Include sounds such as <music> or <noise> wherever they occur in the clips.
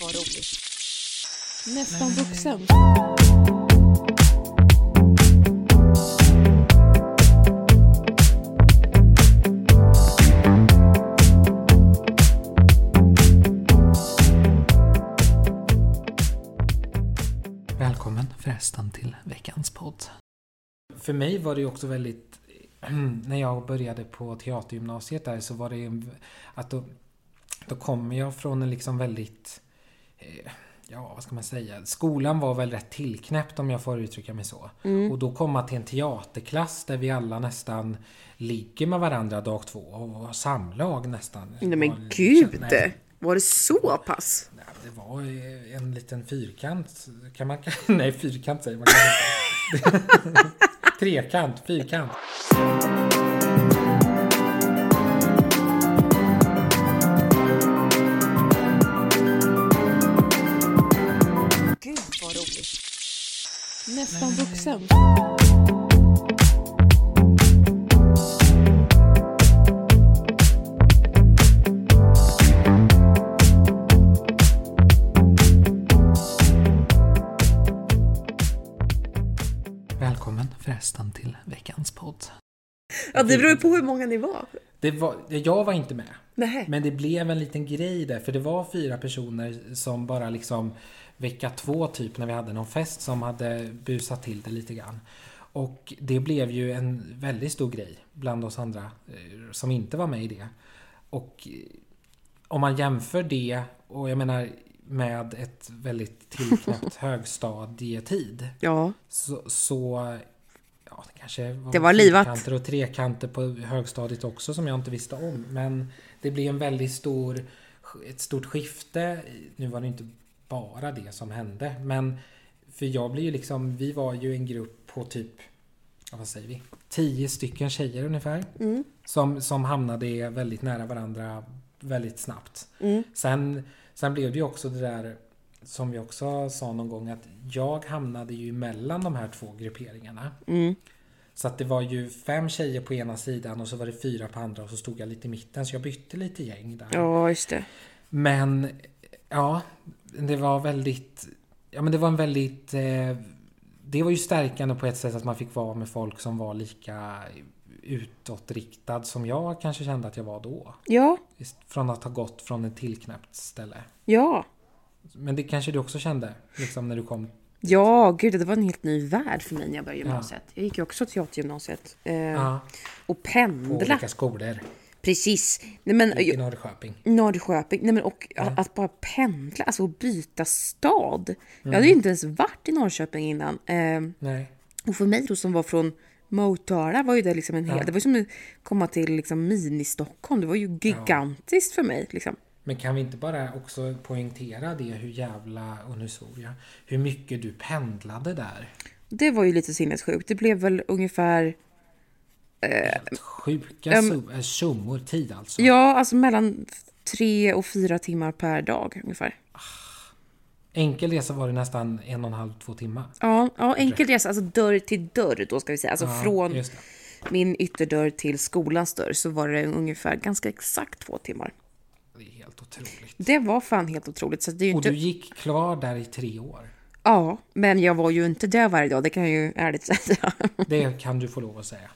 vad roligt. Nästan vuxen. Välkommen förresten till veckans podd. För mig var det ju också väldigt... <clears throat> När jag började på teatergymnasiet där så var det ju att då, då kom jag från en liksom väldigt... eh, Ja, vad ska man säga? Skolan var väl rätt tillknäppt om jag får uttrycka mig så. Mm. Och då komma till en teaterklass där vi alla nästan ligger med varandra dag två och har samlag nästan. Nej Var men liksom- gud! Nej, Var det så pass? Nej, det var eh, en liten fyrkant. Kan man... <laughs> Nej, fyrkant säger man kanske inte. <laughs> Trekant, fyrkant. Gud vad roligt. Nästan vuxen. Välkommen förresten till veckans podd. Ja, det beror ju på hur många ni var. Det var, jag var inte med. Nej. Men det blev en liten grej där, för det var fyra personer som bara liksom vecka två typ när vi hade någon fest som hade busat till det lite grann. Och det blev ju en väldigt stor grej bland oss andra eh, som inte var med i det. Och eh, om man jämför det och jag menar med ett väldigt <laughs> tillknäppt högstadietid Ja. så, så ja, det kanske var, Det var livat. fyrkanter och trekanter på högstadiet också som jag inte visste om. Men det blev en väldigt stor, ett stort skifte. Nu var det inte bara det som hände, men för jag blir ju liksom, vi var ju en grupp på typ, ja, vad säger vi, tio stycken tjejer ungefär. Som, som hamnade väldigt nära varandra väldigt snabbt. Sen, sen blev det ju också det där som vi också sa någon gång att jag hamnade ju mellan de här två grupperingarna. Så att det var ju fem tjejer på ena sidan och så var det fyra på andra och så stod jag lite i mitten så jag bytte lite gäng där. Ja, just det. Men ja, det var väldigt... Ja men det var en väldigt... Eh, det var ju stärkande på ett sätt att man fick vara med folk som var lika utåtriktad som jag kanske kände att jag var då. Ja, Just Från att ha gått från ett tillknäppt ställe. ja. Men det kanske du också kände, liksom när du kom Ja, gud, det var en helt ny värld för mig när jag började gymnasiet. Jag gick ju också teatergymnasiet. Eh, ja, Och på pendla. olika skolor Precis. Nej, men, i Norrköping. Norrköping. Nej, men och att- att bara pendla, alltså att byta stad. Jag hade ju inte ens varit i Norrköping innan. Eh, Nej. och för mig då som var från Motala var ju det liksom en hel... Det var ju som att komma till liksom mini-Stockholm. Det var ju gigantiskt för mig. Liksom. Men kan vi inte bara också poängtera det hur jävla, och nu svor jag, hur mycket du pendlade där? Det var ju lite sinnessjukt. Det blev väl ungefär... Helt sjuka um, summor tid alltså. Ja, alltså mellan tre och fyra timmar per dag ungefär. Enkel resa var det nästan en och en halv, två timmar. Ja, ja enkel resa, alltså dörr till dörr då ska vi säga. Alltså Ja, från Just det. min ytterdörr till skolans dörr så var det ungefär ganska exakt två timmar. det är helt otroligt. Det var fan helt otroligt. Så det är ju Och inte... du gick klar där i tre år. Ja, men jag var ju inte där varje dag, det kan jag ju ärligt <laughs> säga. Det kan du få lov att säga.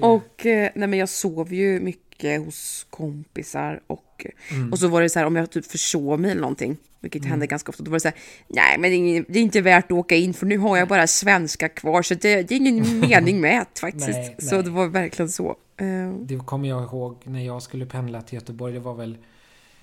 Och eh, nej men jag sov ju mycket hos kompisar och, Mm. och så var det så här om jag typ försov mig eller någonting, vilket hände ganska ofta, då var det så här, nej men det är, ingen, det är inte värt att åka in för nu har jag bara svenska kvar så det, det är ingen mening <laughs> med det faktiskt. Nej, så nej. det var verkligen så. Eh, Det kommer jag ihåg när jag skulle pendla till Göteborg. Det var väl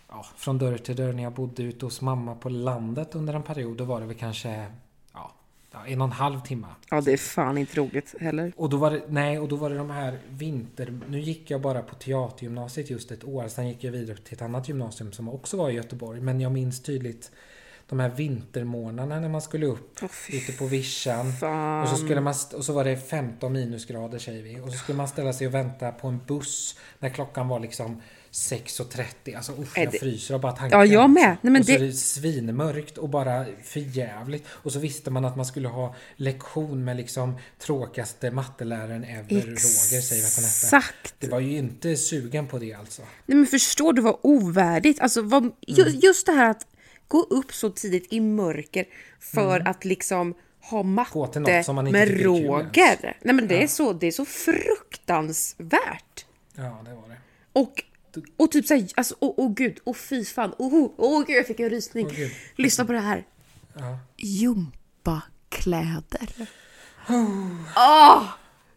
ja, från dörr till dörr när jag bodde ute hos mamma på landet under en period. Då var det väl kanske ja, ja, en och en halv timme. ja det är fan inte roligt heller. Och då var det, nej, och då var det de här vinter... Nu gick jag bara på teatergymnasiet just ett år. Sen gick jag vidare till ett annat gymnasium som också var i Göteborg. Men jag minns tydligt de här vintermånaderna när man skulle upp Åh, fy ute på vischan. fan. Och så, skulle man st- och så var det 15 minusgrader säger vi. Och så skulle man ställa sig och vänta på en buss när klockan var liksom 6.30. Alltså usch, Är jag det- fryser av bara tanken. Ja, jag med. alltså. Nej, men och så det- är det svinmörkt och bara förjävligt. Och så visste man att man skulle ha lektion med liksom tråkigaste matteläraren ever, Roger säger vi att han hette. Exakt. Det var ju inte sugen på det alltså. Mm. Nej men förstår du vad ovärdigt, alltså vad, ju, just det här att gå upp så tidigt i mörker för att liksom ha Mm. Gå matte till något som man inte med tycker är kul Roger. Nej men det är så, det är så fruktansvärt. Ja, det var det. Och, och typ såhär, alltså åh oh, gud, åh fy fan, åh oh, oh, gud jag fick en rysning. Åh, gud. Lyssna på det här. Ja. Jumpakläder. Oh. Åh!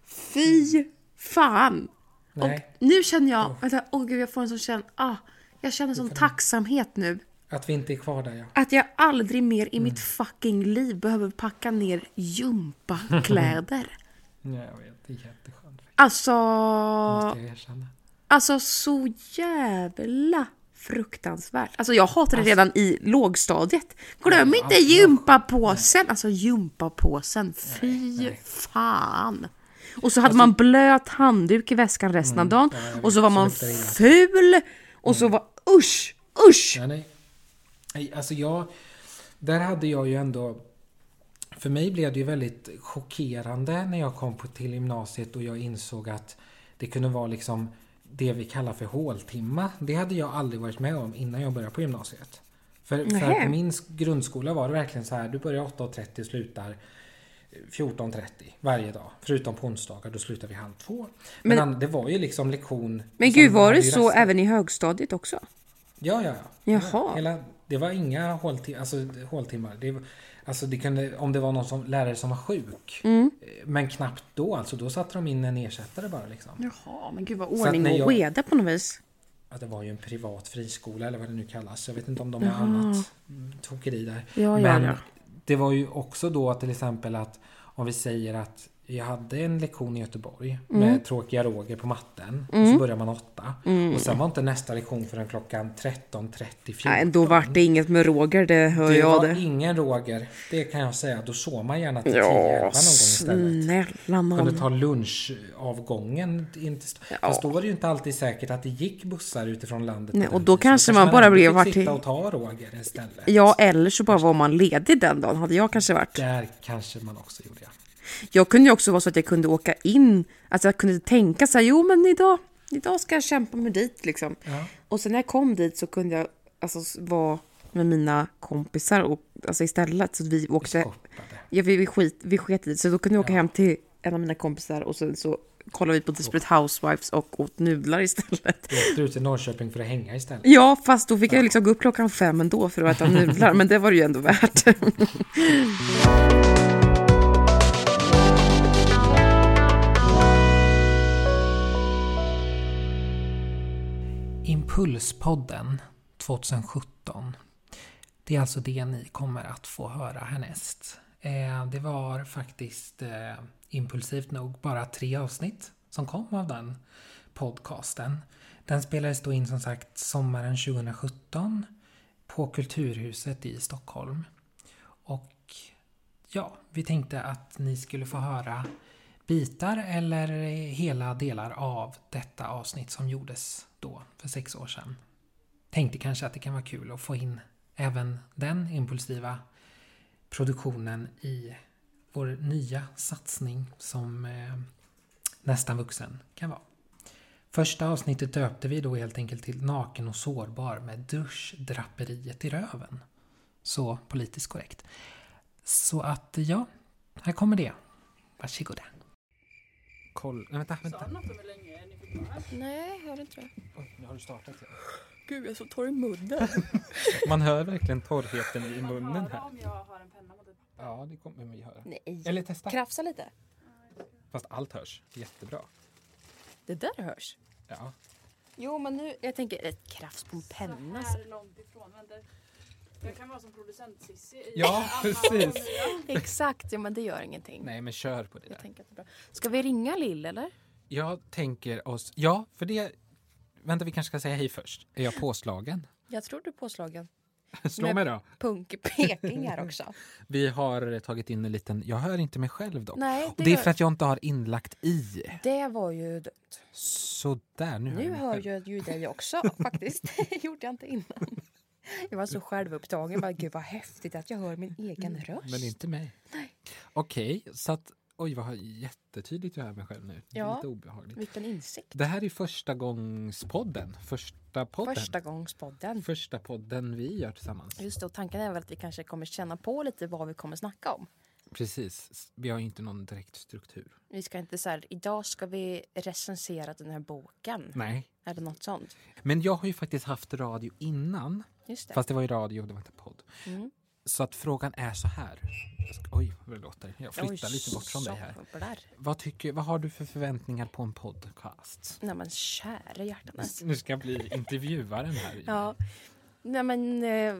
fy fan! Nej, Nu känner jag, vänta, åh gud jag får en sån känsla, ah, jag känner sån tacksamhet nu. att vi inte är kvar där ja. Att jag aldrig mer i mitt fucking liv behöver packa ner gympakläder. ja jag vet, det är jätteskönt. alltså, Måste jag erkänna. alltså så jävla fruktansvärt. Alltså jag hatar det redan i lågstadiet. Glöm alltså, inte gympapåsen! Alltså gympapåsen, fy fan! Och så hade man blöt handduk i väskan resten av dagen. Alltså- Mm. ja, jag och så vet. var Så man luktar det illa. Mm. ful! Och så var usch, usch! Ja, nej. Nej, Alltså jag... Där hade jag ju ändå... För mig blev det ju väldigt chockerande när jag kom på, till gymnasiet och jag insåg att det kunde vara liksom det vi kallar för håltimma. Det hade jag aldrig varit med om innan jag började på gymnasiet. För, för Nähä. att på min sk- grundskola var det verkligen så här, du börjar 8.30 och slutar 14.30 varje dag. Förutom på onsdagar, då slutar vi halv två. Men, an- det var ju liksom lektion... Men och sen gud, var hade det vi så raster. även i högstadiet också? Ja, ja, ja. Jaha. Hela, det var inga håltimmar. Alltså, håltimmar. Det, var- alltså det kunde, om det var någon som, lärare som var sjuk. Mm. Eh, Men knappt då alltså. Då satte de in en ersättare bara liksom. Jaha, men gud vad att ordning när och jag- reda på något vis. Ja, det var ju en privat friskola eller vad det nu kallas. Jag vet inte om de har annat mm, tokeri där. Ja, ja, Men ja. det var ju också då till exempel att om vi säger att jag hade en lektion i Göteborg Mm. med tråkiga Roger på matten. Och så börjar man åtta. Mm. Och sen var inte nästa lektion förrän klockan 13.30, 14. Nej, då vart det inget med Roger, det hör Det jag var det. ingen Roger, det kan jag säga. Då sov man gärna till 10 någon gång Ja, istället. snälla Kunde nån. ta lunchavgången. in till st- Fast då var det ju inte alltid säkert att det gick bussar utifrån landet. Nej, på och den då tiden. kanske man bara hade blev fått vart sitta till- och ta Roger istället. Ja, eller så bara var man ledig den dagen, hade jag kanske varit. Där kanske man också gjorde ja. Jag kunde ju också vara så att jag kunde åka in, alltså jag kunde tänka så här, jo men idag, idag ska jag kämpa mig dit liksom. Och sen när jag kom dit så kunde jag alltså s- vara med mina kompisar och, alltså istället. Så att vi åkte, Skottade. ja, vi, vi, skit, vi sket i det, så då kunde jag åka hem till en av mina kompisar och sen så kollade vi på Desperate Housewives och åt nudlar <laughs> istället. Då åkte du till Norrköping för att hänga istället. Ja, fast då fick jag liksom gå upp klockan fem ändå för att äta nudlar, men det var det ju ändå värt. Impulspodden 2017. Det är alltså det ni kommer att få höra härnäst. Eh, det var faktiskt eh, impulsivt nog bara tre avsnitt som kom av den podcasten. Den spelades då in som sagt sommaren 2017 på Kulturhuset i Stockholm. Och ja, vi tänkte att ni skulle få höra bitar eller hela delar av detta avsnitt som gjordes då för sex år sedan. Tänkte kanske att det kan vara kul att få in även den impulsiva produktionen i vår nya satsning som eh, Nästan vuxen kan vara. Första avsnittet döpte vi då helt enkelt till Naken och sårbar med duschdraperiet i röven. Så politiskt korrekt. Så att ja, här kommer det. Varsågoda. Koll... Nej, vänta, vänta. Nej, jag hörde inte det. Oj, nu har du startat. Ja. Gud, jag är så torr i munnen. Man hör verkligen torrheten i munnen här. typ Ja, det kommer vi höra. Nej. Eller testa. Krafsa lite. Fast allt hörs jättebra. Det där hörs. Ja. Jo, men nu... Jag tänker ett krafs på en penna. här långt ifrån. Men det, jag kan vara som producent Cissi i Ja, precis. Exakt, ja men det gör ingenting. Nej, men kör på det Jag där. tänker att det är bra. Ska vi ringa Lill eller? Jag tänker oss... Ja, för det... Vänta, vi kanske ska säga hej först. Är jag påslagen? Jag tror du är påslagen. <laughs> Slå mig då. Punk Peking här också. Vi har tagit in en liten... Jag hör inte mig själv dock. Nej, det, det är gör- för att jag inte har inlagt i. Det var ju dumt. Så där, nu hör jag Nu mig hör själv. jag ju dig också <laughs> faktiskt. Det gjorde jag inte innan. Jag var så Mm. självupptagen. Bara, Gud vad häftigt att jag hör min egen röst. Men inte mig. Okej, så att Oj, vad har- jättetydligt jag är mig själv nu. Det är Ja. lite obehagligt. Vilken insikt. Det här är första gångspodden. Första podden. Första gångspodden. Första podden vi gör tillsammans. Just det, och tanken är väl att vi kanske kommer känna på lite vad vi kommer snacka om. Precis. S- Vi har ju inte någon direkt struktur. Vi ska inte så här, idag ska vi recensera den här boken. Nej. Eller något sånt. Men jag har ju faktiskt haft radio innan. Just det. Fast det var ju radio, det var inte podd. Mm. Så att frågan är så här. Jag ska- Oj, vad det låter. Jag flyttar Oj, lite bort från dig här. sablar. Vad, tycker, vad har du för förväntningar på en podcast? Nej men kära hjärtanes. Nu ska jag bli intervjuaren här. Alltså. Ja. Nej men... Eh,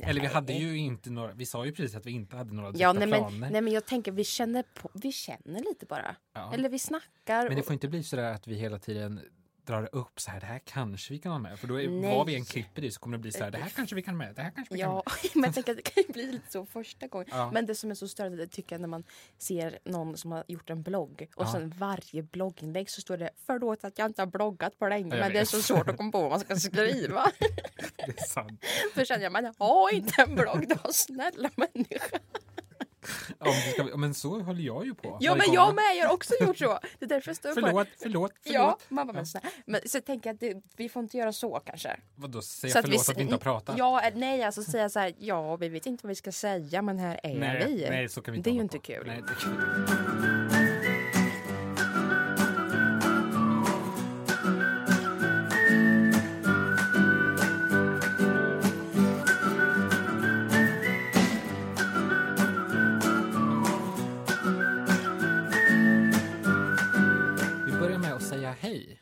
Eller vi hade ju inte några, vi sa ju precis att vi inte hade några ja, direkta nej, men, planer. nej men jag tänker vi känner, på, vi känner lite bara. Ja. Eller vi snackar. Men det och- får inte bli så där att vi hela tiden drar upp så här, det här kanske vi kan ha med. För då är, Nej. vad vi än klipper i så kommer det bli så här, det här kanske vi kan ha med, det här kanske vi kan ha Ja, med. <laughs> men jag tänker att det kan ju bli lite så första gången. Ja. Men det som är så störande det tycker jag när man ser någon som har gjort en blogg och sen varje blogginlägg så står det förlåt att jag inte har bloggat på länge Jag men det är vet. så svårt att komma på vad man ska skriva. <laughs> <laughs> Det är sant. För känner jag, men ha inte en blogg då, snälla människa. Om du ska, men så håller jag ju på. Ja varje men gång. jag med, jag har också gjort så. Det är därför jag står på Förlåt, det. förlåt, Ja, förlåt. mamma men snälla. Men så tänker jag att det, vi får inte göra så kanske. Vadå, säga förlåt att vi inte har pratat? Ja, eh, nej alltså säga så här, ja vi vet inte vad vi ska säga men här är nej, vi. nej, så kan vi inte det är ju hålla inte på. kul. Nej, det är kul. Vi börjar med att säga hej.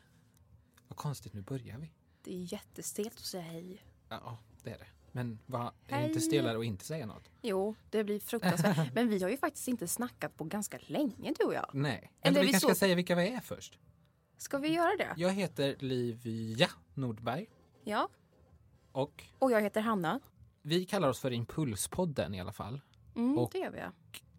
Vad konstigt, nu börjar vi. Det är jättestelt att säga hej. Ja, det är det. Men vad är Hej. inte stelare att inte säga något? Jo, det <laughs> blir fruktansvärt. Men vi har ju faktiskt inte snackat på ganska länge du och jag. Nej. Eller är vi vi kanske ska så- säga vilka vi är först. Ska vi göra det? Jag heter Livia Nordberg Ja. och Och jag heter Hanna. vi kallar oss för Impulspodden i alla fall. Mm, Och- det gör vi.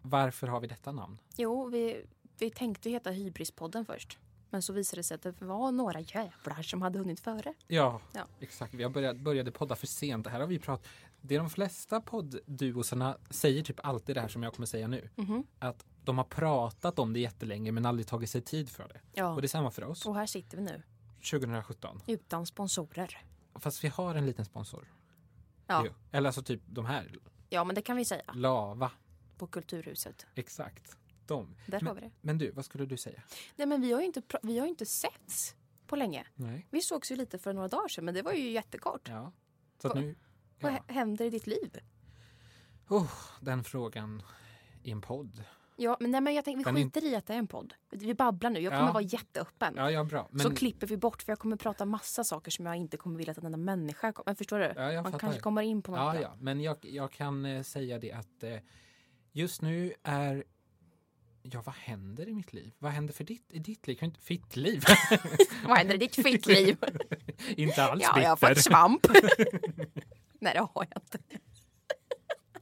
Varför har vi detta namn? Jo, vi, vi tänkte heta Hybrispodden först. Men så visade det sig att det var några jävlar som hade hunnit före. Ja, Ja. exakt. Vi har börjat, började podda för sent. Det här har vi pratat. Det är de flesta poddduosarna säger typ alltid det här som jag kommer säga nu. Att de har pratat om det jättelänge men aldrig tagit sig tid för det. Ja. Och det är samma för oss. Och här sitter vi nu, 2017. utan sponsorer. Fast vi har en liten sponsor. Ja, ju. Eller alltså typ de här. ja men det kan vi säga. Lava. På Kulturhuset. Exakt. De. Där men, har vi det. Men du, vad skulle du säga? Nej, men vi har ju inte, pra- vi har ju inte setts på länge. Nej. Vi sågs ju lite för några dagar sedan, men det var ju jättekort. Ja. Så att Vad- nu... Vad Ja. hä- händer i ditt liv? Oh, den frågan i en podd. Ja, men, nej, men jag tänker, Kan vi ni- skiter i att det är en podd. Vi babblar nu. Jag kommer Ja. vara jätteöppen. Ja, ja, bra. Men, Så klipper vi bort för jag kommer prata massa saker som jag inte kommer vilja att en enda människa kommer... Men förstår du? Ja, jag Man fattar. kanske kommer in på något. ja, där. ja. men jag, jag kan eh, säga det att eh, just nu är... Ja, vad händer i mitt liv? Vad händer för ditt, i ditt liv? Kan inte, fitt liv? <laughs> Vad händer i ditt fickliv? inte alls ja, bitter. jag har fått svamp. nej, det har jag inte. <laughs>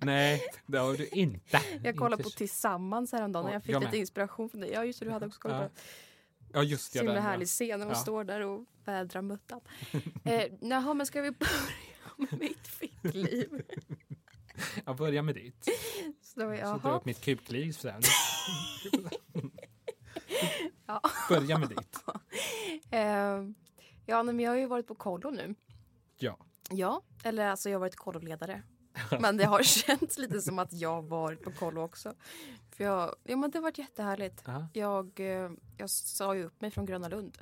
Nej, det har du <laughs> inte. Jag kollade Inte på så- Tillsammans häromdagen och Ja, jag fick jag lite med. inspiration från dig. Ja, just det, du hade också kollat på Ja, den. ja just Så det. himla den, ja. härlig scen när de Ja. står där och <laughs> vädrar muttan. eh, jaha, men ska vi börja med <laughs> mitt fickliv? Jag börjar med ditt. Så då, Så drar jag jaha. upp mitt kukliv sen. <laughs> Ja. Börja med ditt. Eh, ja, nej, men jag har ju varit på kollo nu. <laughs> Ja. Ja, eller alltså jag har varit kolloledare. <laughs> Men det har känts lite som att jag varit på kollo också. För jag, ja men det har varit jättehärligt. Ja. Jag, eh, jag sa ju upp mig från Gröna Lund.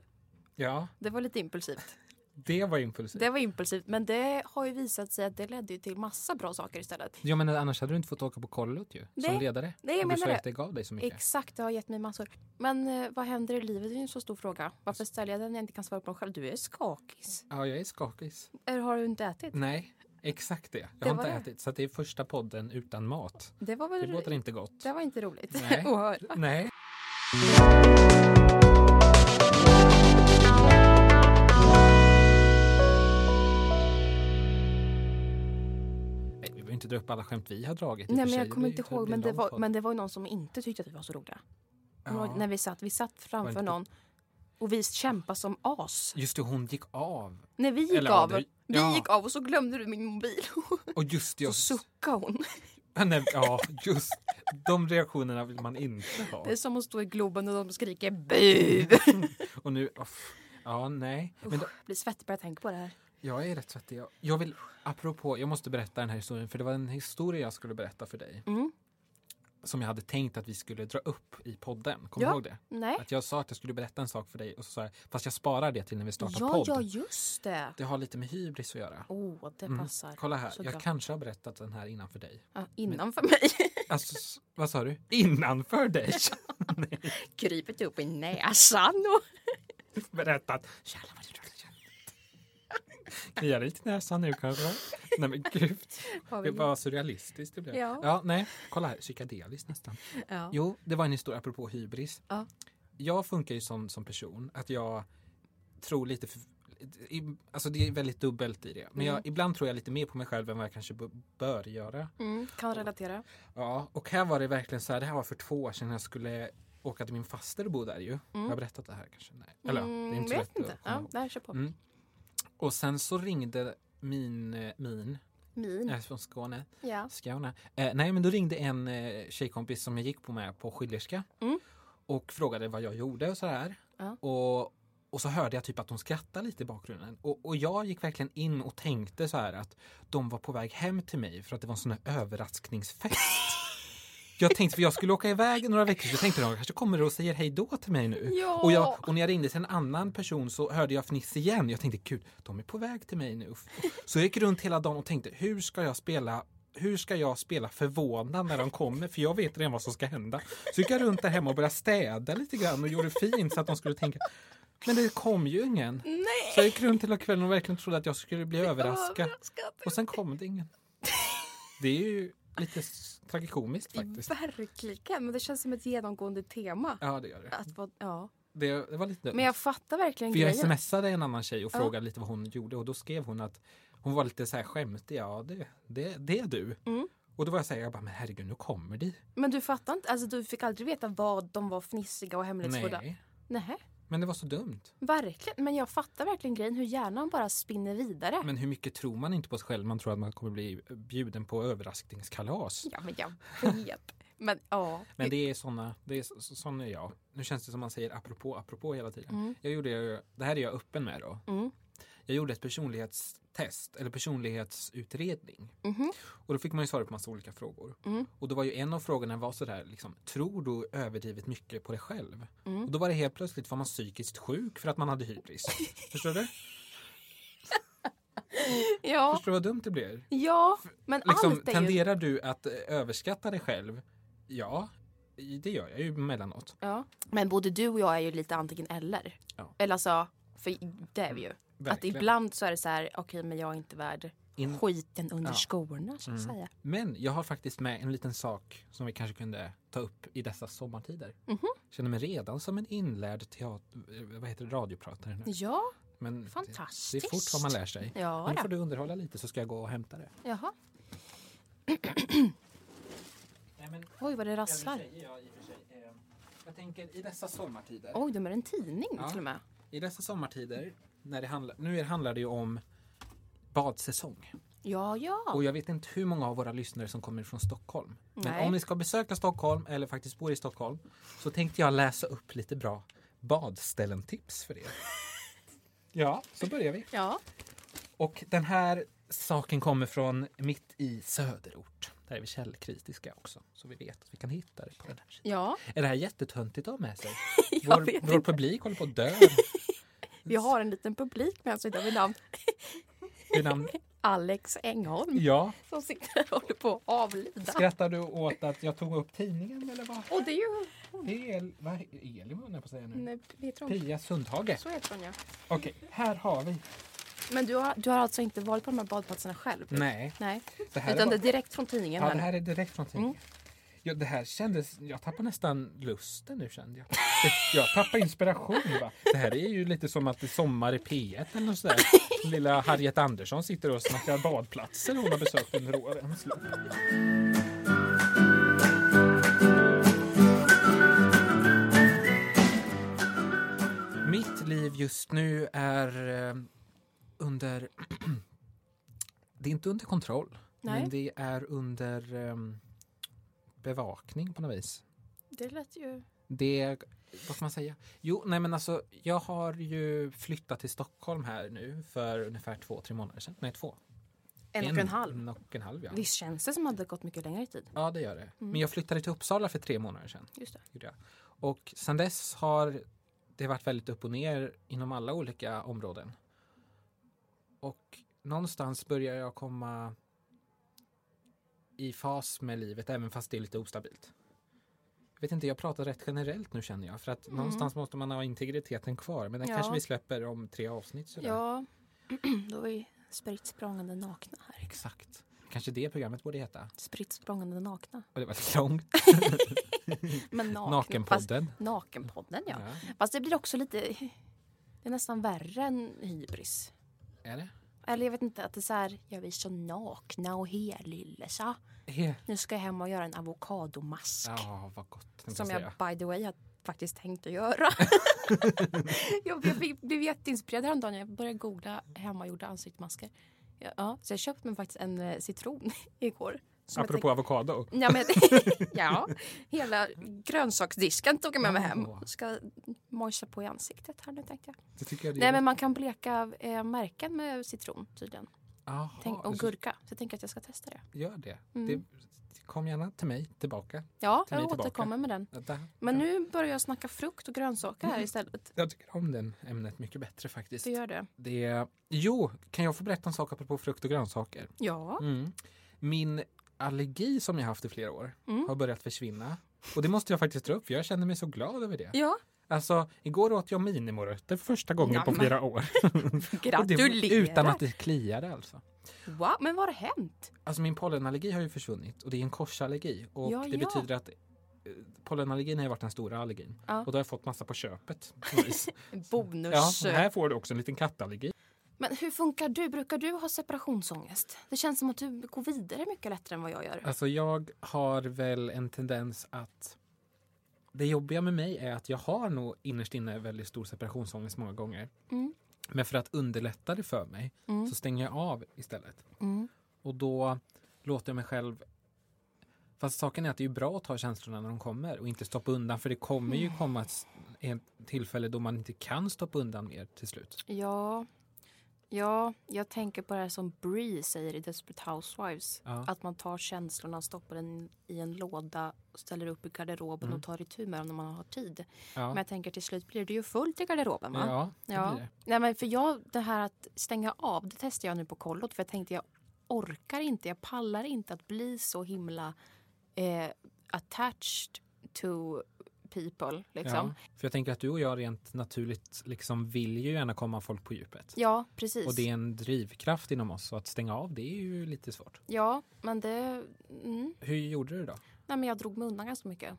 ja, Det var lite impulsivt. det var impulsivt. Det var impulsivt, men det har ju visat sig att det ledde ju till massa bra saker istället. Ja men annars hade du inte fått åka på kollot ju. Som Nej. ledare. Nej, jag Om du sa menar det. att det gav dig så mycket. Exakt, det har gett mig massor. Men eh, vad händer i livet? Det är ju en så stor fråga. Varför ställer jag den när jag inte kan svara på den själv? Du är skakis. ja jag är skakis. Eller har du inte ätit? Nej, exakt det. Jag Det har inte var det. ätit. Så att det är första podden utan mat. Det var Det väl... låter inte gott. Det var inte roligt Nej. <laughs> att höra. Nej. Nej, Vi behöver inte dra upp alla skämt vi har dragit. i och Nej för men sig. jag kommer Det inte är ju ihåg, en men det, lång var, podd. men det var ju någon som inte tyckte att vi var så roliga. Kommer du Ja. ihåg När vi satt, vi satt framför inte- någon och vi kämpade som as. Just det, hon gick av. När vi gick Eller av, Adri- vi Ja. gick av och <laughs> så glömde du min mobil. Och just det, Så jag, suckade hon. <laughs> Nej, ja, just de reaktionerna vill man inte ha. Det är som att stå i Globen och de skriker bu. Och nu, uff, ja, nej. Men då, Usch, blir svettig bara jag tänker på det här. jag är rätt svettig. Jag, jag vill, apropå, jag måste berätta den här historien för det var en historia jag skulle berätta för dig Mm. som jag hade tänkt att vi skulle dra upp i podden. Kommer Ja. du ihåg det? Nej. Att jag sa att jag skulle berätta en sak för dig och så sa jag, fast jag sparar det till när vi startar Ja, podd. ja, just det. Det har lite med hybris att göra. Åh, oh, det Mm. passar. Kolla här, jag Såklart. kanske har berättat den här innan för dig. Ja, innanför mig. <laughs> Alltså, s- vad sa du? Innanför dig? Krypet upp <laughs> i näsan och... Berättat. Jävlar vad du <laughs> Kliar lite i näsan nu kanske? Nej men gud. Har vi- Det var surrealistiskt det blev. Ja. nej. Kolla här, psykedeliskt nästan. Ja. Jo, det var en historia apropå hybris. Ja. Jag funkar ju som, som person att jag tror lite för, i- Alltså det är väldigt dubbelt i det. Men jag, ibland tror jag lite mer på mig själv än vad jag kanske b- bör göra. Mm, kan relatera. Ja, och här var det verkligen så här. Det här var för två år sedan jag skulle åka till min faster och bo där ju. Har jag berättat det här kanske? Nej. Eller ja, det är inte så Mm. vet lätt inte. att komma Ja, ihåg. nej, kör på. Mm. Och sen så ringde min, eh, Mm. min, Min. jag är från Skåne, Ja. Skåne. Eh, nej men då ringde en eh, tjejkompis som jag gick på med på Schillerska. Mm. Och frågade vad jag gjorde och sådär. Ja. Och, och så hörde jag typ att de skrattade lite i bakgrunden. Och, och jag gick verkligen in och tänkte så här att de var på väg hem till mig för att det var en sån här överraskningsfest. Jag tänkte, för jag skulle åka iväg några veckor, så jag tänkte de kanske kommer och säger hej då till mig nu. Ja. Och, jag, och när jag ringde till en annan person så hörde jag fniss igen. Jag tänkte, gud, de är på väg till mig nu. Så jag gick runt hela dagen och tänkte, hur ska jag spela hur ska jag spela förvånad när de kommer? För jag vet redan vad som ska hända. Så gick jag runt där hemma och började städa lite grann och gjorde fint så att de skulle tänka. Men det kom ju ingen. Så jag gick runt hela kvällen och verkligen trodde att jag skulle bli överraskad. Och sen kom det ingen. Det är ju lite s- tragikomiskt faktiskt. Verkligen, men det känns som ett genomgående tema. Ja, det gör det. Att vara, ja. Det, det var lite dumt. Men jag fattar verkligen För jag grejen. smsade en annan tjej och Ja. frågade lite vad hon gjorde och då skrev hon att hon var lite så här skämtig. Ja, det, det, det är du. Mm. Och då var jag så här, jag bara, men herregud, nu kommer de. Men du fattar inte, alltså du fick aldrig veta vad de var fnissiga och hemlighetsfulla. Nej, Nej. men det var så dumt. Verkligen, men jag fattar verkligen grejen hur hjärnan bara spinner vidare. Men hur mycket tror man inte på sig själv? Man tror att man kommer bli bjuden på överraskningskalas. Ja, men jag vet. men ja. Men det är såna, det är så- så- sån är jag. Nu känns det som man säger apropå, apropå hela tiden. Jag gjorde, ju- det här är jag öppen med då. Mm. Jag gjorde ett personlighetstest, eller personlighetsutredning. Mhm. Och då fick man ju svara på massa olika frågor. Mm. Och då var ju en av frågorna var sådär, liksom, tror du överdrivet mycket på dig själv? Mm. Och då var det helt plötsligt, var man psykiskt sjuk för att man hade <laughs> hybris? Förstår du? Ja, Förstår du vad dumt det blir? ja men liksom, allt är ju... tenderar du att eh, överskatta dig själv? Ja, i- det gör jag ju emellanåt. Ja. Men både du och jag är ju lite antingen eller. Ja. Mm, Eller alltså, för det är vi ju. Verkligen. Att ibland så är det så här, okej men jag är inte värd In- skiten under Ja. skorna så att Mm. säga. Men jag har faktiskt med en liten sak som vi kanske kunde ta upp i dessa sommartider. Mhm. Känner mig redan som en inlärd teater, eh, vad heter det, radiopratare nu. Ja, Men det, det fantastiskt. är fort vad man lär sig. Ja, Men nu då. får du underhålla lite så ska jag gå och hämta det. Jaha. Nej, men, Oj vad det rasslar. jag, i och för sig, ehm, jag tänker i dessa sommartider. Oj, de är en tidning Ja. till och med. I dessa sommartider, när det handlar, nu är- handlar det ju om badsäsong. Ja, ja. Och jag vet inte hur många av våra lyssnare som kommer från Stockholm. Men Nej. om ni ska besöka Stockholm eller faktiskt bor i Stockholm så tänkte jag läsa upp lite bra badställentips för <laughs> er. ja, så börjar vi. Ja. Och den här saken kommer från mitt i söderort. Där är vi källkritiska också, så vi vet att vi kan hitta det på den här sidan. ja. Är det här jättetöntigt av med sig? <laughs> Jag Vår, vet vår publik håller på att <laughs> dö. Vi har en liten publik med oss idag vid namn Vid namn- Alex Engholm Ja, som sitter här och håller på att avlida. skrattar du åt att jag tog upp tidningen eller vad? Och det är ju... El, vad, Elin höll jag på att säga nu. Nej, heter hon? eh, Pia Sundhage. Så heter hon ja. Okej, här har vi. Men du har, du har alltså inte varit på de här badplatserna själv? Nej, Nej. det här, Utan är, det är bara, direkt från tidningen ja, här det nu. här är direkt från tidningen. Ja, det här kändes, jag tappar nästan lusten nu kände jag. Det, jag tappar inspiration. Va? Det här är ju lite som att det är sommar i P1 eller något sådär. Lilla Harriet Andersson sitter och snackar badplatser hon har besökt under årens lopp. Mitt liv just nu är eh, under... <clears throat> det är inte under kontroll, Nej. men det är under... ehm, bevakning på något vis. Det lät ju... Det, vad ska man säga? Jo, nej men alltså jag har ju flyttat till Stockholm här nu för ungefär två, tre månader sedan. Nej, två. En och en halv. En och en halv, ja. Visst känns det som att det gått mycket längre i tid? Ja, det gör det. Men jag flyttade till Uppsala för tre månader sedan. Just det. gjorde jag. Och sen dess har det varit väldigt upp och ner inom alla olika områden. Och någonstans börjar jag komma i fas med livet, även fast det är lite ostabilt. Jag vet inte, jag pratar rätt generellt nu känner jag. För att någonstans måste man ha integriteten kvar. Men den Mm. Ja. kanske vi släpper om tre avsnitt. Sådär. Ja, <clears throat> då var vi spritt språngande nakna här. Exakt. Kanske det programmet borde heta. Spritt språngande nakna. Och det var långt. Men nakna. Fast, Nakenpodden. nakenpodden, ja. Ja. Fast det blir också lite... Det är nästan värre än hybris. Är det? Eller jag vet inte, att det är så här, jag är så nakna och helillesa. Ja, Nu ska jag hem och göra en avokadomask. vad gott. tänkte som jag jag säga. by the way har faktiskt tänkt <laughs> att göra. jag blev, jag blev jätteinspirerad häromdagen. Jag började googla hemmagjorda ansiktsmasker. Ja, ja, så jag köpte mig faktiskt en eh, citron <laughs> igår. som jag Apropå avokado. Ja, men, <laughs> ja, hela grönsaksdisken tog jag med mig hem. Åh. Ska mojsa på i ansiktet här nu tänkte jag. Det tycker jag det Nej är- men man kan bleka eh, märken med citron tydligen. Jaha, Tänk, och alltså, gurka. Så jag tänker att jag ska testa det. Gör det. Mm. det. Kom gärna till mig tillbaka. Ja, Ta mig jag tillbaka. återkommer med den. Ja, där. Men Ja. Mm. nu börjar jag snacka frukt och grönsaker här istället. Jag tycker om det ämnet mycket bättre faktiskt. Du gör det? Det är... Jo, kan jag få berätta en sak apropå frukt och grönsaker? Ja. Mm. Min allergi som jag haft i flera år Mm. har börjat försvinna. Och det måste jag faktiskt dra upp för jag känner mig så glad över det. Ja, Alltså, igår åt jag minimorötter för första gången på Jamen. flera år. <laughs> Och det var gratulerar! utan att det kliade alltså. Wow, men vad har hänt? Alltså min pollenallergi har ju försvunnit och det är en korsallergi. Och Ja, det ja. betyder att eh, pollenallergin har ju varit den stora allergin. Ja. Och då har jag fått massa på köpet. <laughs> på något vis. ja, Bonus. och här får du också en liten kattallergi. Men hur funkar du? Brukar du ha separationsångest? Det känns som att du går vidare mycket lättare än vad jag gör. Alltså jag har väl en tendens att... Det jobbiga med mig är att jag har nog innerst inne väldigt stor separationsångest många gånger. Mm. Men för att underlätta det för mig Mm. så stänger jag av istället. Mm. Och då låter jag mig själv... Fast saken är att det är bra att ta känslorna när de kommer och inte stoppa undan för det kommer Mm. ju komma ett- ett tillfälle då man inte kan stoppa undan mer till slut. Ja. Ja, jag tänker på det här som Bree säger i Desperate Housewives. Ja. Att man tar känslorna, stoppar den i en låda, ställer upp i garderoben och tar itu med dem när man har tid. Mm. Ja, Men jag tänker till slut blir det ju fullt i garderoben va? ja, det Ja. blir det. Nej, men för jag, det här att stänga av, det testar jag nu på kollot. För jag tänkte jag orkar inte, jag pallar inte att bli så himla eh, attached to people. Liksom. Ja. Ja. För jag tänker att du och jag rent naturligt liksom vill ju gärna komma folk på djupet. precis. Och det är en drivkraft inom oss så att stänga av det är ju lite svårt. Ja, men det... Mm. Hur gjorde du då? Nej, men jag drog mig undan ganska mycket.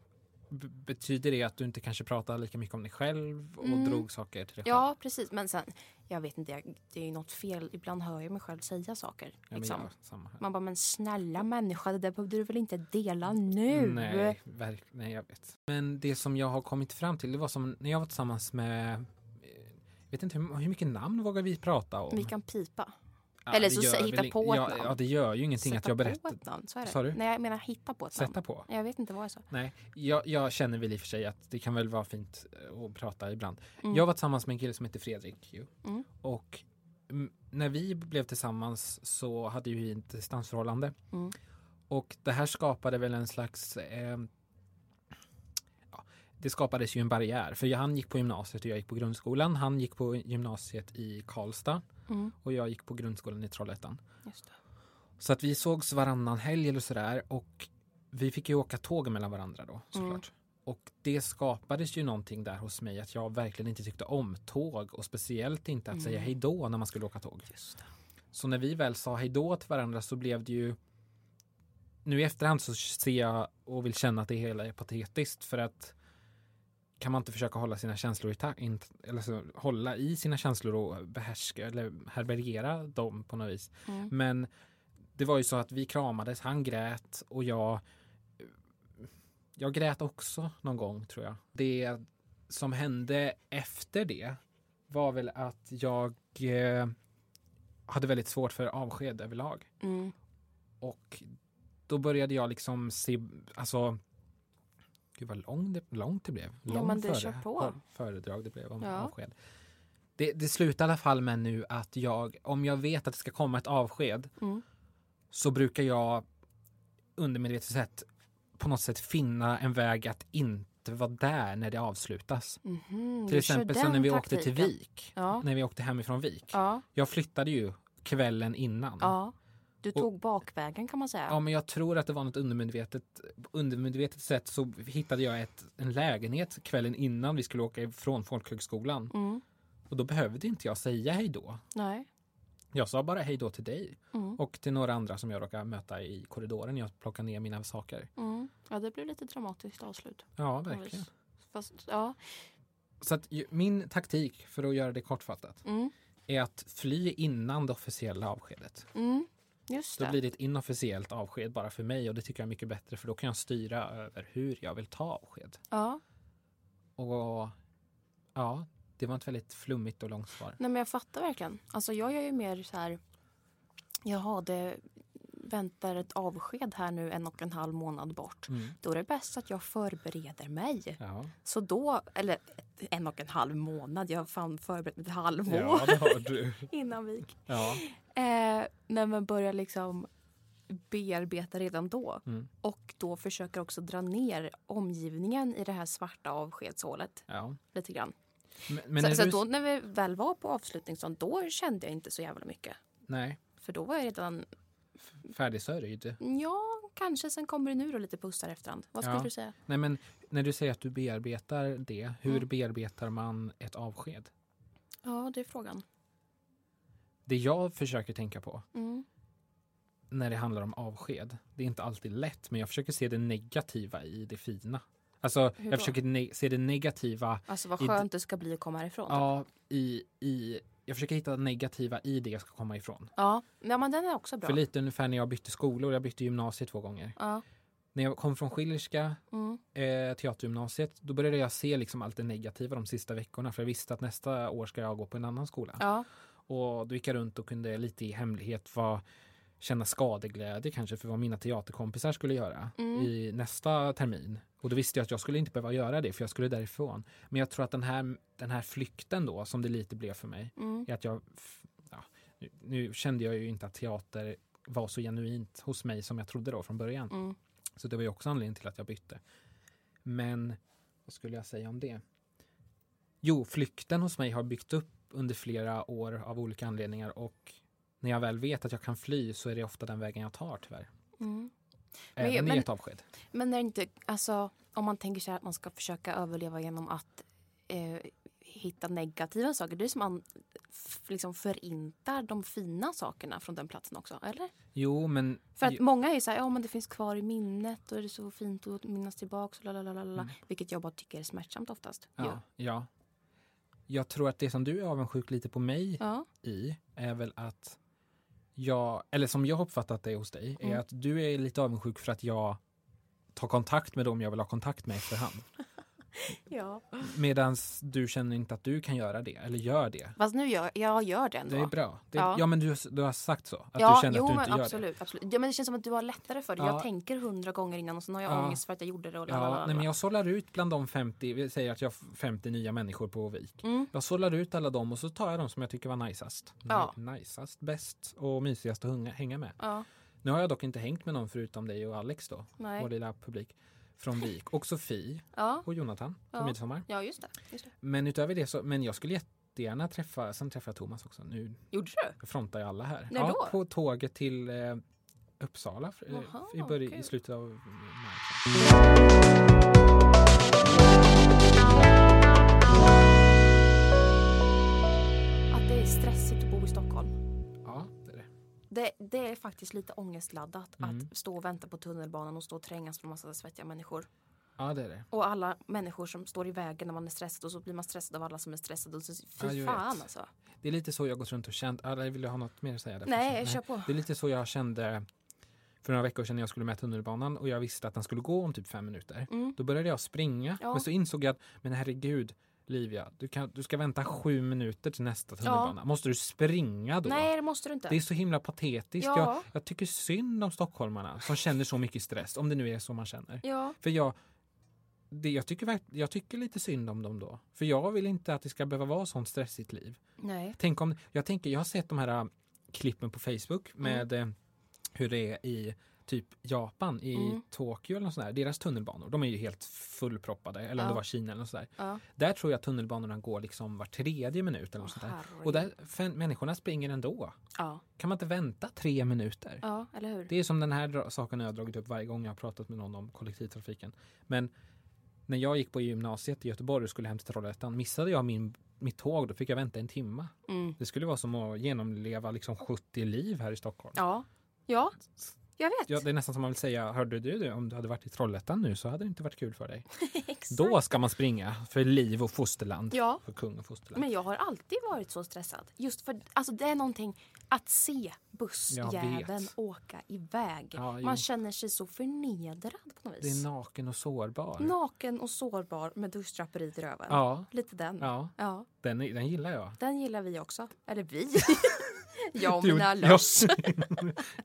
B- betyder det att du inte kanske pratar lika mycket om dig själv och drog saker till dig själv? Mm. Ja, precis. Men sen, jag vet inte, jag, det är ju något fel. Ibland hör jag mig själv säga saker. Ja, men Liksom. jag- samma här. Man bara, men snälla människa, det där behövde du väl inte dela nu? Nej, verk, nej, jag vet. Men det som jag har kommit fram till, det var som när jag var tillsammans med... eh, Jag vet inte, hur, hur mycket namn vågar vi prata om? Vi kan pipa. Ja, eller det så gör sä- väl hitta ing- på ett ja, namn. ja, det gör ju ingenting att jag på berättar. ett namn, så är det. Sa du? Nej, jag menar hitta på ett namn. Sätta på? Jag vet inte vad jag sa. Nej, jag, jag känner väl i och för sig att det kan väl vara fint eh, att prata ibland. Mm. Jag var tillsammans med en kille som heter Fredrik ju. Mm. Och mm, när vi blev tillsammans så hade ju vi ett distansförhållande. Mm. Och det här skapade väl en slags... Eh, ja, det skapades ju en barriär. För jag- han gick på gymnasiet och jag gick på grundskolan. Han gick på gymnasiet i Karlstad Mm. och jag gick på grundskolan i Trollhättan. Just det. Så att vi sågs varannan helg eller sådär och vi fick ju åka tåg mellan varandra då såklart. Och det skapades ju någonting där hos mig att jag verkligen inte tyckte om tåg och speciellt inte att säga hej då när man skulle åka tåg. Just Så när vi väl sa hej då till varandra så blev det ju nu i efterhand så ser jag och vill känna att det hela är patetiskt för att kan man inte försöka hålla sina känslor i ta- in, eller så, hålla i sina känslor och behärska eller härbärgera dem på något vis. Mm. Men det var ju så att vi kramades, han grät och jag jag grät också någon gång tror jag. Det som hände efter det var väl att jag eh, hade väldigt svårt för avsked överlag. Mm. Och Då började jag liksom se, alltså Gud vad lång det, långt det blev. Ja, Lång men det kör på. för- föredrag det blev om Ja. avsked. Det, det slutar i alla fall med nu att jag, om jag vet att det ska komma ett avsked Mm. så brukar jag undermedvetet sett på något sätt finna en väg att inte vara där när det avslutas. Mhm, till du kör exempel sen när den vi åkte till taktiken. Vik, Ja. när vi åkte hemifrån Vik. Ja, Jag flyttade ju kvällen innan. ja. Du Och- tog bakvägen kan man säga. Ja, men jag tror att det var något undermedvetet. Undermedvetet sätt så hittade jag ett, en lägenhet kvällen innan vi skulle åka ifrån folkhögskolan. Mm. Och då behövde inte jag säga hej då. Nej. Jag sa bara hej då till dig Mm. och till några andra som jag råkade möta i korridoren när jag plockade ner mina saker. Mm. Ja, det blev lite dramatiskt avslut. Ja, på något verkligen. vis. Fast, ja. Så att ju- min taktik, för att göra det kortfattat, Mm. är att fly innan det officiella avskedet. Mm. Just Då det. blir det ett inofficiellt avsked bara för mig och det tycker jag är mycket bättre för då kan jag styra över hur jag vill ta avsked. Ja. Och ja, det var ett väldigt flummigt och långt svar. Nej, men jag fattar verkligen. Alltså, jag gör ju mer så här... Jaha, det väntar ett avsked här nu en och en halv månad bort. Mm. Då är det bäst att jag förbereder mig. Ja, Så då, eller en och en halv månad, jag har fan förberett mig ett halvår ja det har du. <laughs> innan vi gick. Ja. Eh, när man börjar liksom bearbeta redan då. Mm. Och då försöker också dra ner omgivningen i det här svarta avskedshålet Ja. lite grann. Men, men så är så du- att då när vi väl var på avslutningsdagen, då kände jag inte så jävla mycket. Nej, För då var jag redan, färdigsörjd. ja, kanske sen kommer det nu då lite pussar efterhand. Vad skulle Ja. du säga? Nej, men när du säger att du bearbetar det, hur bearbetar man ett avsked? Ja, det är frågan. Det jag försöker tänka på Mm. när det handlar om avsked, det är inte alltid lätt, men jag försöker se det negativa i det fina. Alltså, Hur då? jag försöker ne- se det negativa Alltså vad I d- skönt det ska bli att komma härifrån. Ja, ja, i, i... Jag försöker hitta det negativa i det jag ska komma ifrån. ja. men den är också bra. För lite ungefär när jag bytte skolor, jag bytte gymnasiet två gånger. Ja. När jag kom från Schillerska, Mm. eh, teatergymnasiet, då började jag se liksom allt det negativa de sista veckorna för jag visste att nästa år ska jag gå på en annan skola. Ja. Och då gick jag runt och kunde lite i hemlighet vara, känna skadeglädje kanske för vad mina teaterkompisar skulle göra Mm. i nästa termin. Och då visste jag att jag skulle inte behöva göra det för jag skulle därifrån. Men jag tror att den här, den här flykten då, som det lite blev för mig, Mm. är att jag... f- Ja, nu, nu kände jag ju inte att teater var så genuint hos mig som jag trodde då från början. Mm. Så det var ju också anledningen till att jag bytte. Men vad skulle jag säga om det? Jo, flykten hos mig har byggt upp under flera år av olika anledningar och när jag väl vet att jag kan fly så är det ofta den vägen jag tar tyvärr. Mm. Men- Även i men- ett avsked. Men är det inte, alltså, om man tänker sig att man ska försöka överleva genom att eh, hitta negativa saker. Det är som man f- liksom förintar de fina sakerna från den platsen också, eller? Jo, men... För att jo, många är ju så här, ja men det finns kvar i minnet och det är så fint att minnas tillbaka. Och lalalala, Vilket jag bara tycker är smärtsamt oftast. Mm. ja, ja. Jag tror att det som du är avundsjuk lite på mig Ja. i är väl att jag, eller som jag har uppfattat det hos dig, är Mm. att du är lite avundsjuk för att jag tar kontakt med dem jag vill ha kontakt med efterhand. ja. Medan du känner inte att du kan göra det, eller gör det. Fast nu gör jag gör det ändå. Det är bra. Det är, ja. Ja. men du, du har sagt så. Att ja, du känner jo, att du men inte gör det. absolut, absolut. Ja, men det känns som att du har lättare för det. Ja. Jag tänker hundra gånger innan och sen har jag Ja. ångest för att jag gjorde det. Och Ja, lalalala. nej, men jag sållar ut bland de 50, vi säger att jag har 50 nya människor på Vik. Mm. Jag sållar ut alla dem och så tar jag de som jag tycker var najsast. Ja. Ni- Najsast, bäst och mysigast att hunga, hänga med. ja, Nu har jag dock inte hängt med någon förutom dig och Alex då, vår nej. lilla publik från Vik. Och Sofie Ja. och Jonathan på Ja. midsommar. Ja, just det. Just det. Men utöver det så, men jag skulle jättegärna träffa, sen träffar jag Thomas också. Nu Gjorde du? frontar ju alla här. När då? På tåget till eh, Uppsala f- eh, Jaha, i, början, i kul. slutet av maj. Att det är stressigt att bo i Stockholm. Ja, det är det. Det, det är faktiskt lite ångestladdat Mm. att stå och vänta på tunnelbanan och stå och trängas för en massa svettiga människor. Ja, det är det. Och alla människor som står i vägen när man är stressad och så blir man stressad av alla som är stressade. Och så, Ja, fy jag fan vet. alltså. Det är lite så jag gått runt och känt. Ah, nej, vill du ha något mer att säga? Där? Nej, kör på. Det är lite så jag kände för några veckor sedan när jag skulle med tunnelbanan och jag visste att den skulle gå om typ fem minuter. Mm. Då började jag springa. Ja. Men så insåg jag att, men herregud, Livia, du, kan, du ska vänta sju minuter till nästa tunnelbana. Måste du springa då? Nej, det måste du inte. Det är så himla patetiskt. Ja. Jag, jag tycker synd om stockholmarna som känner så mycket stress, om det nu är så man känner. Ja. För jag, det, jag, tycker, verk- jag tycker lite synd om dem då. För jag vill inte att det ska behöva vara sånt stressigt liv. Nej. Tänk om, jag, tänker, jag har sett de här äh, klippen på Facebook Mm. med eh, hur det är i typ Japan, i Mm. Tokyo eller något sånt där. Deras tunnelbanor, de är ju helt fullproppade. Eller om Ja. det var Kina eller något sånt där. Ja. Där tror jag tunnelbanorna går liksom var tredje minut eller något sånt där. herregud. Och där, fän- människorna springer ändå. Ja. Kan man inte vänta tre minuter? ja, eller hur? Det är som den här dra- saken jag har dragit upp varje gång jag har pratat med någon om kollektivtrafiken. Men när jag gick på gymnasiet i Göteborg och skulle hem till Trollhättan missade jag min, mitt tåg. Då fick jag vänta en timma. Mm. Det skulle vara som att genomleva liksom 70 liv här i Stockholm. Ja. Ja, jag vet. <laughs> Ja, det är nästan som man vill säga, hörde du det? Om du hade varit i Trollhättan nu så hade det inte varit kul för dig. Exakt. Då ska man springa för liv och fosterland. Ja. För kung och fosterland. Men jag har alltid varit så stressad. Just för alltså det är någonting att se Jag bussjäveln vet. åka iväg. Ja, jo. Man känner sig så förnedrad på något Det är vis. naken och sårbar. Naken och sårbar med duschdraperiet i röven. Ja, Lite den. Ja. ja den, är- den gillar jag. den gillar vi också. <laughs> Eller vi. jag och Du- mina jag- löss. <laughs>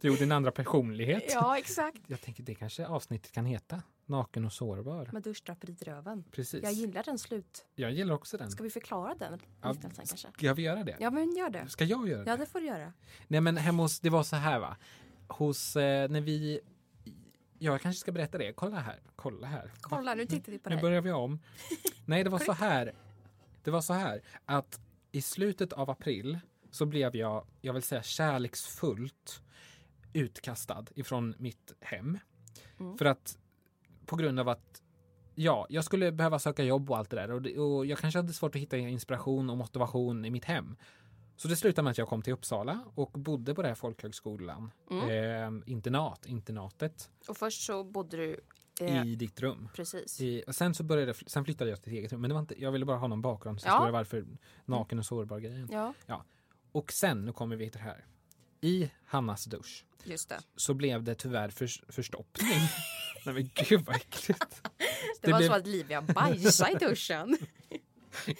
Du gjorde din andra personlighet. Ja, exakt. Jag tänker det kanske avsnittet kan heta. Naken och sårbar. Med duschdraperiet i röven. Precis. Jag gillar den slut. Jag gillar också den. Ska vi förklara den Ja, liknelsen kanske? Ska vi göra det? Ja, men gör det. Ska jag göra det? Ja, det får du göra. Nej men hemma hos, det var så här va. Hos, eh, när vi... Ja, jag kanske ska berätta det. Kolla här. Kolla här. Kolla, nu tittar vi på Nu dig. börjar vi om. Nej, det var så här. Det var så här att i slutet av april så blev jag, jag vill säga kärleksfullt utkastad ifrån mitt hem. För att på grund av att ja, jag skulle behöva söka jobb och allt det där och, det, och jag kanske hade svårt att hitta inspiration och motivation i mitt hem. Så det slutade med att jag kom till Uppsala och bodde på den här folkhögskolan. Eh, internat, internatet. Och först så bodde du... Eh, I ditt rum. Precis. I, och sen, så började, sen flyttade jag till ett eget rum, men det var inte, jag ville bara ha någon bakgrundshistoria Ja. varför naken och sårbar grejen. Ja, Och sen, nu kommer vi till det här. I Hannas dusch just det. så blev det tyvärr förs- <laughs> förstoppning. Nej men gud vad äckligt. Det, Det var blev- så att Livia bajsade i <laughs> duschen.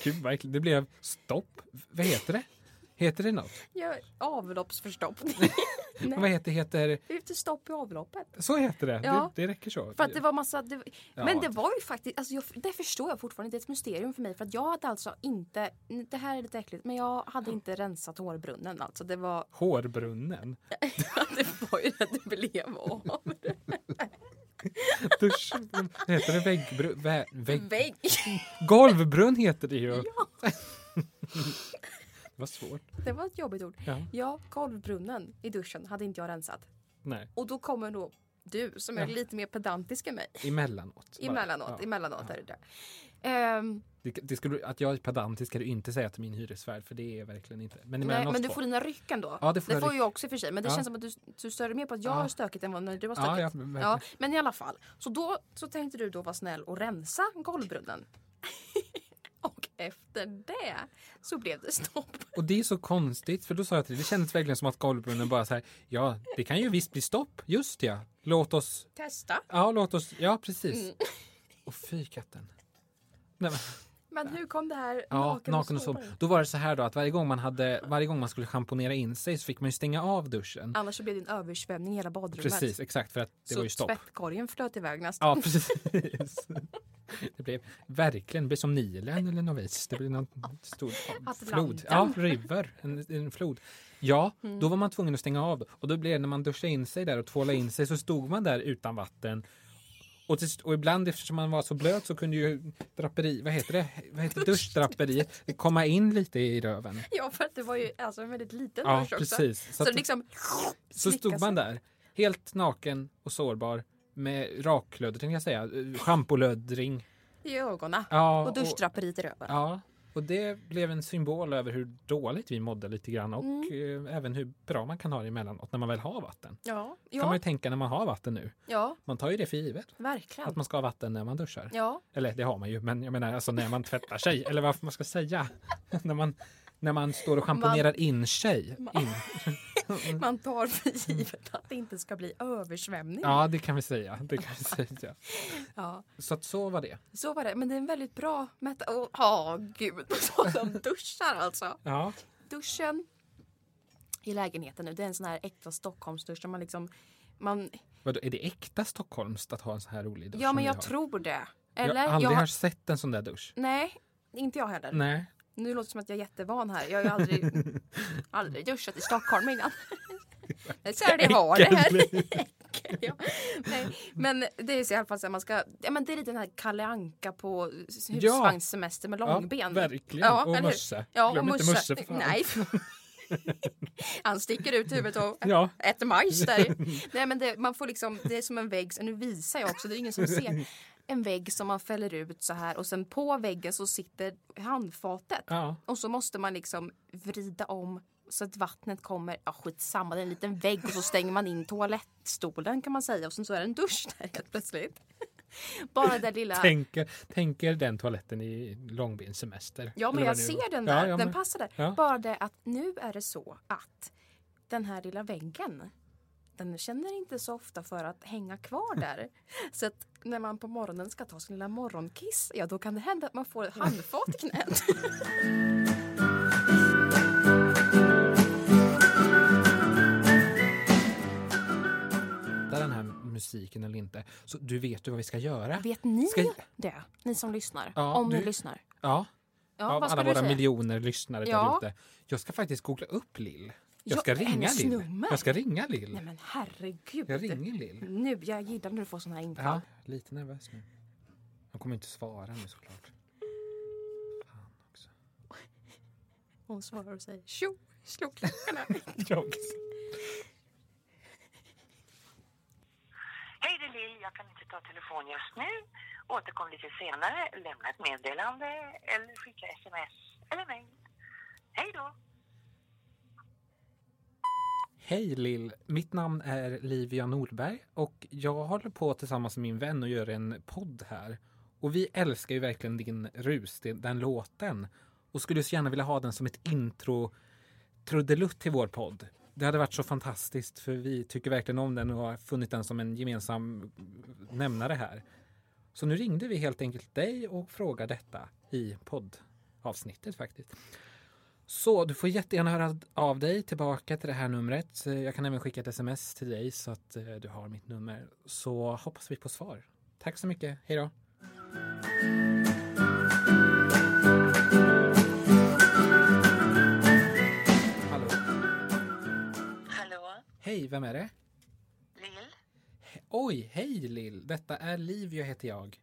Gud vad äckligt. Det blev stopp. Vad heter det? Heter det något? Ja, avloppsförstoppning. <laughs> Nej. Vad heter, heter... Vi fick stopp i avloppet. Så heter det. Ja. det. Det räcker så. För att det var massa... Det, Ja. Men det var ju faktiskt... Alltså jag, det förstår jag fortfarande. Det är ett mysterium för mig. För att jag hade alltså inte... Det här är lite äckligt. Men jag hade inte rensat hårbrunnen. Alltså det var... <laughs> Hårbrunnen. Det var ju det det blev <laughs> av. Dusch. heter det väggbrunn? Vä- vägg... Vägg. Golvbrunn heter det ju. <laughs> det var svårt. Det var ett jobbigt ord. Ja. Ja, golvbrunnen i duschen hade inte jag rensat. Nej. Och då kommer då du som är lite mer pedantisk än mig. Emellanåt. bara. Emellanåt, Ja. emellanåt är det där. Ehm, Det, det skulle, du- att jag är pedantisk ska du inte säga till min hyresvärd för det är jag verkligen inte. Men nej, emellanåt men du två. får dina ryck ändå. Ja, det får jag ryck. jag också i och för sig. Men det Ja. känns som att du, du stör dig mer på att jag Ja. har stökigt än vad när du har ja, stökigt. ja, Ja, verkligen. men i alla fall. Så då så tänkte du då vara snäll och rensa golvbrunnen. <laughs> och efter det så blev det stopp. Och det är så konstigt för då sa jag till dig, det kändes verkligen som att golvbrunnen bara så här, ja det kan ju visst bli stopp, just ja. Låt oss, Testa. ja låt oss, ja precis. Mm. Och fy katten. Nej, men, Men hur kom det här ja, naken, naken och så. Då var det så här då att varje gång man hade, varje gång man skulle schamponera in sig så fick man ju stänga av duschen. Annars så blev det en översvämning i hela badrummet. Precis, exakt för att det så var ju stopp. tvättkorgen flöt iväg nästan. Ja, precis. <laughs> Det blev verkligen, det blev som Nilen eller något vis. Det blev någon stor flod. Ja, Atlanten. river, en, en flod. Ja, Mm. då var man tvungen att stänga av och då blev det när man duschade in sig där och tvålade in sig så stod man där utan vatten. Och, till, och ibland eftersom man var så blöt så kunde ju draperi, vad heter det, vad <laughs> heter duschdraperiet komma in lite i röven. Ja, för att det var ju alltså en väldigt liten Ja, dusch också. precis. Så, att- det liksom så slickar stod man där, helt naken och sårbar med raklödder, tänkte jag säga, eh, schampolöddring. sig i ögonen. Ja, Och duschdraperiet i röven. Ja, och det blev en symbol över hur dåligt vi mådde lite grann och Mm. eh, även hur bra man kan ha det emellanåt när man väl har vatten. Ja, kan man ja, ju tänka när man har vatten nu. ja Man tar ju det för givet. Att verkligen. man ska ha vatten när man duschar. Ja, Eller det har man ju, men jag menar alltså när man tvättar sig. eller <laughs> varför man ska säga. när, man, när man står och schamponerar in sig. In. Man tar för givet att det inte ska bli översvämning. Ja, det kan vi säga. Det kan vi säga. <laughs> Ja. Så att så var det. Så var det. Men det är en väldigt bra mäta... Åh, oh, gud. <laughs> På tal om duschar alltså. Ja. Duschen i lägenheten nu, det är en sån här äkta Stockholmsdusch där man liksom... Man, Vadå, är det äkta Stockholmskt att ha en sån här rolig dusch? ja, som men vi jag har? tror det. Jag Eller? har aldrig Jag har- har... sett en sån där dusch. Nej, inte jag heller. <laughs> Nej. Nu låter det som att jag är jättevan här. Jag har ju aldrig, <laughs> aldrig duschat i Stockholm innan. Det är så här det har det här. Äckel, <laughs> ja. Nej, men det är så i alla fall så här, man ska, ja, men det är lite den här Kalle Anka på husvagnssemester med långben. Ja, verkligen. och eller hur? mössa. Ja, och Glöm inte musse. mössa. för fan. <laughs> Nej. Han sticker ut huvudet och Ja. äter majs <laughs> där. Nej, men det, man får liksom, det är som en vägg, så nu visar jag också, det är ingen <laughs> som ser. En vägg som man fäller ut så här och sen på väggen så sitter handfatet. Ja. Och så måste man liksom vrida om så att vattnet kommer, ja skitsamma, det är en liten vägg och så stänger man in toalettstolen kan man säga och sen så är det en dusch där helt plötsligt. <laughs> Bara det lilla... Tänker, tänker den toaletten i långbenssemester. Ja, men Eller jag vad det ser var. den där. Ja, ja, den men- passar där. ja. Bara det att nu är det så att den här lilla väggen den känner inte så ofta för att hänga <laughs> kvar där. Så att när man på morgonen ska ta sin lilla morgonkiss, ja då kan det hända att man får ett handfat i <laughs> knät. Hittar den här musiken eller inte. Så du vet ju vad vi ska göra. Vet ni Ska jag- det? Ni som lyssnar? Ja, Om ni du- lyssnar? Ja, Ja, av vad ska alla du våra säga? miljoner lyssnare Ja. där ute. Jag ska faktiskt googla upp Lill. Jag Ja, ska ringa hennes Lill. nummer. Jag ska ringa Lill. Nej men herregud. jag ringer Lill. Nu, jag gillar när du får såna här infall. Ja, lite nervös nu. Hon kommer inte svara nu <laughs> såklart. Fan också. Hon svarar och säger tjo, <laughs> slog klockorna. Jag. Hej det är Lill, jag kan inte ta telefon just nu. Återkom lite senare, lämna ett meddelande eller skicka sms eller mejl. Hej då! Hej Lill! Mitt namn är Livia Nordberg och jag håller på tillsammans med min vän och gör en podd här. Och vi älskar ju verkligen din rus, den den låten. Och skulle så gärna vilja ha den som ett intro trudelutt till vår podd. Det hade varit så fantastiskt för vi tycker verkligen om den och har funnit den som en gemensam nämnare här. Så nu ringde vi helt enkelt dig och frågade detta i poddavsnittet faktiskt. Så du får jättegärna höra av dig tillbaka till det här numret. Eh, Jag kan även skicka ett sms till dig så att eh, du har mitt nummer. Så hoppas vi på svar. Tack så mycket. Hej då. Hallå. Hallå? Hej, vem är det? Lill? Oj, hej Lill. Detta är Livio heter jag.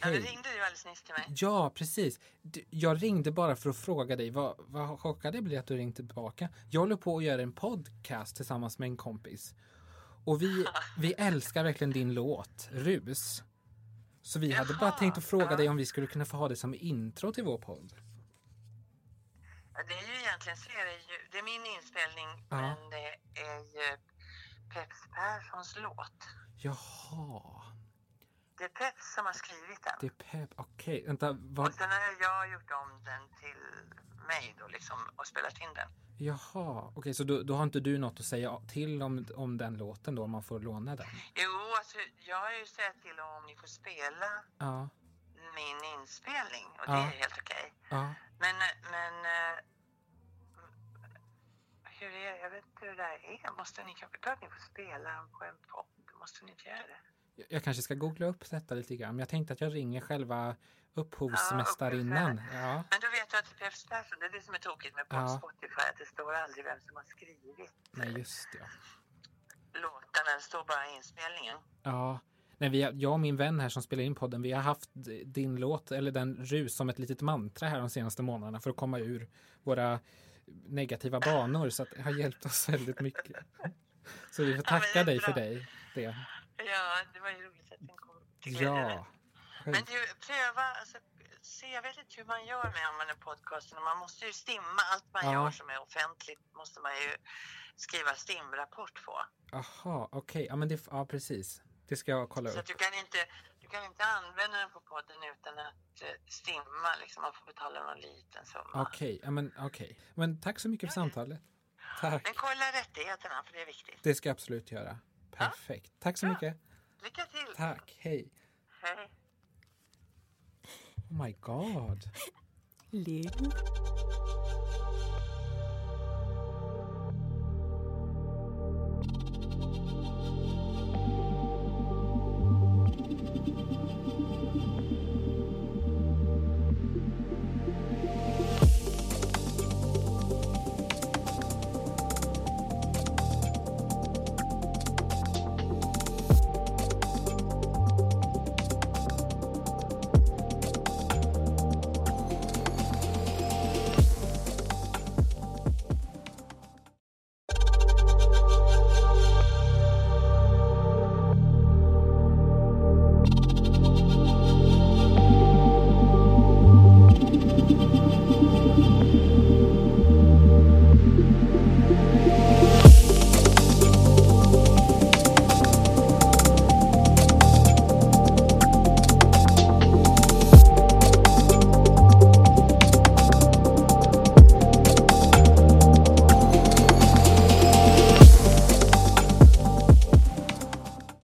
Ja, det Hej. ringde du alldeles nyss till mig. Ja, precis. Du, jag ringde bara för att fråga dig. Vad, vad chockad jag blev att du ringde tillbaka. Jag håller på att göra en podcast tillsammans med en kompis. Och <laughs> vi, vi älskar verkligen din låt, Rus. Så vi hade bara tänkt att fråga dig om vi skulle kunna få ha det som intro till vår podd. Ja, Det är ju egentligen så är det ju, det är min inspelning Ja. men det är ju Peps Perssons låt. Jaha, Det är Peps som har skrivit den. det är Pep. Okej, vänta. Vad, Och sen har jag gjort om den till mig då liksom och spelat in den. jaha, okej, så då, då har inte du något att säga till om, om den låten då, om man får låna den? Jo, alltså jag har ju sagt till om ni får spela Ja, min inspelning och Ja. det är helt okej. ja. Men, men eh, hur är Jag vet inte hur det där är. Måste ni kanske klart ni får spela på en podd? Måste ni inte göra det? Jag- Jag kanske ska googla upp detta lite grann. Men jag tänkte att jag ringer själva upphovsmästarinnan. Ja, Men då vet jag att det är Peps Persson. Det är det som är tokigt med Ja. Spotify. Att det står aldrig vem som har skrivit nej just det, ja. låtarna. Det står bara inspelningen. Ja. Nej, vi, har- jag och min vän här som spelar in podden, vi har haft d- din låt, eller den rus som ett litet mantra här de senaste månaderna för att komma ur våra negativa banor. Så att det har hjälpt oss väldigt mycket. Så vi får Ja, men det tacka är dig för bra. dig. Det. Ja, det var ju roligt att den kom. till er. Ja. Men du, pröva. Alltså, se, jag vet inte hur man gör med om man är podcasten. Man måste ju stimma. Allt man Ja. gör som är offentligt måste man ju skriva stimrapport på. Jaha, okej. Ja, men det, ja, precis. Det ska jag kolla Så upp. att du kan inte, du kan inte använda den på podden utan att eh, stimma. Liksom. Man får betala någon liten summa. Okej, ja, men okej. Men tack så mycket för samtalet. Tack. Men kolla rättigheterna för det är viktigt. Det ska jag absolut göra. Perfekt. Tack så mycket. Lycka till! Tack. Hej. Hej! Oh my god. Lego.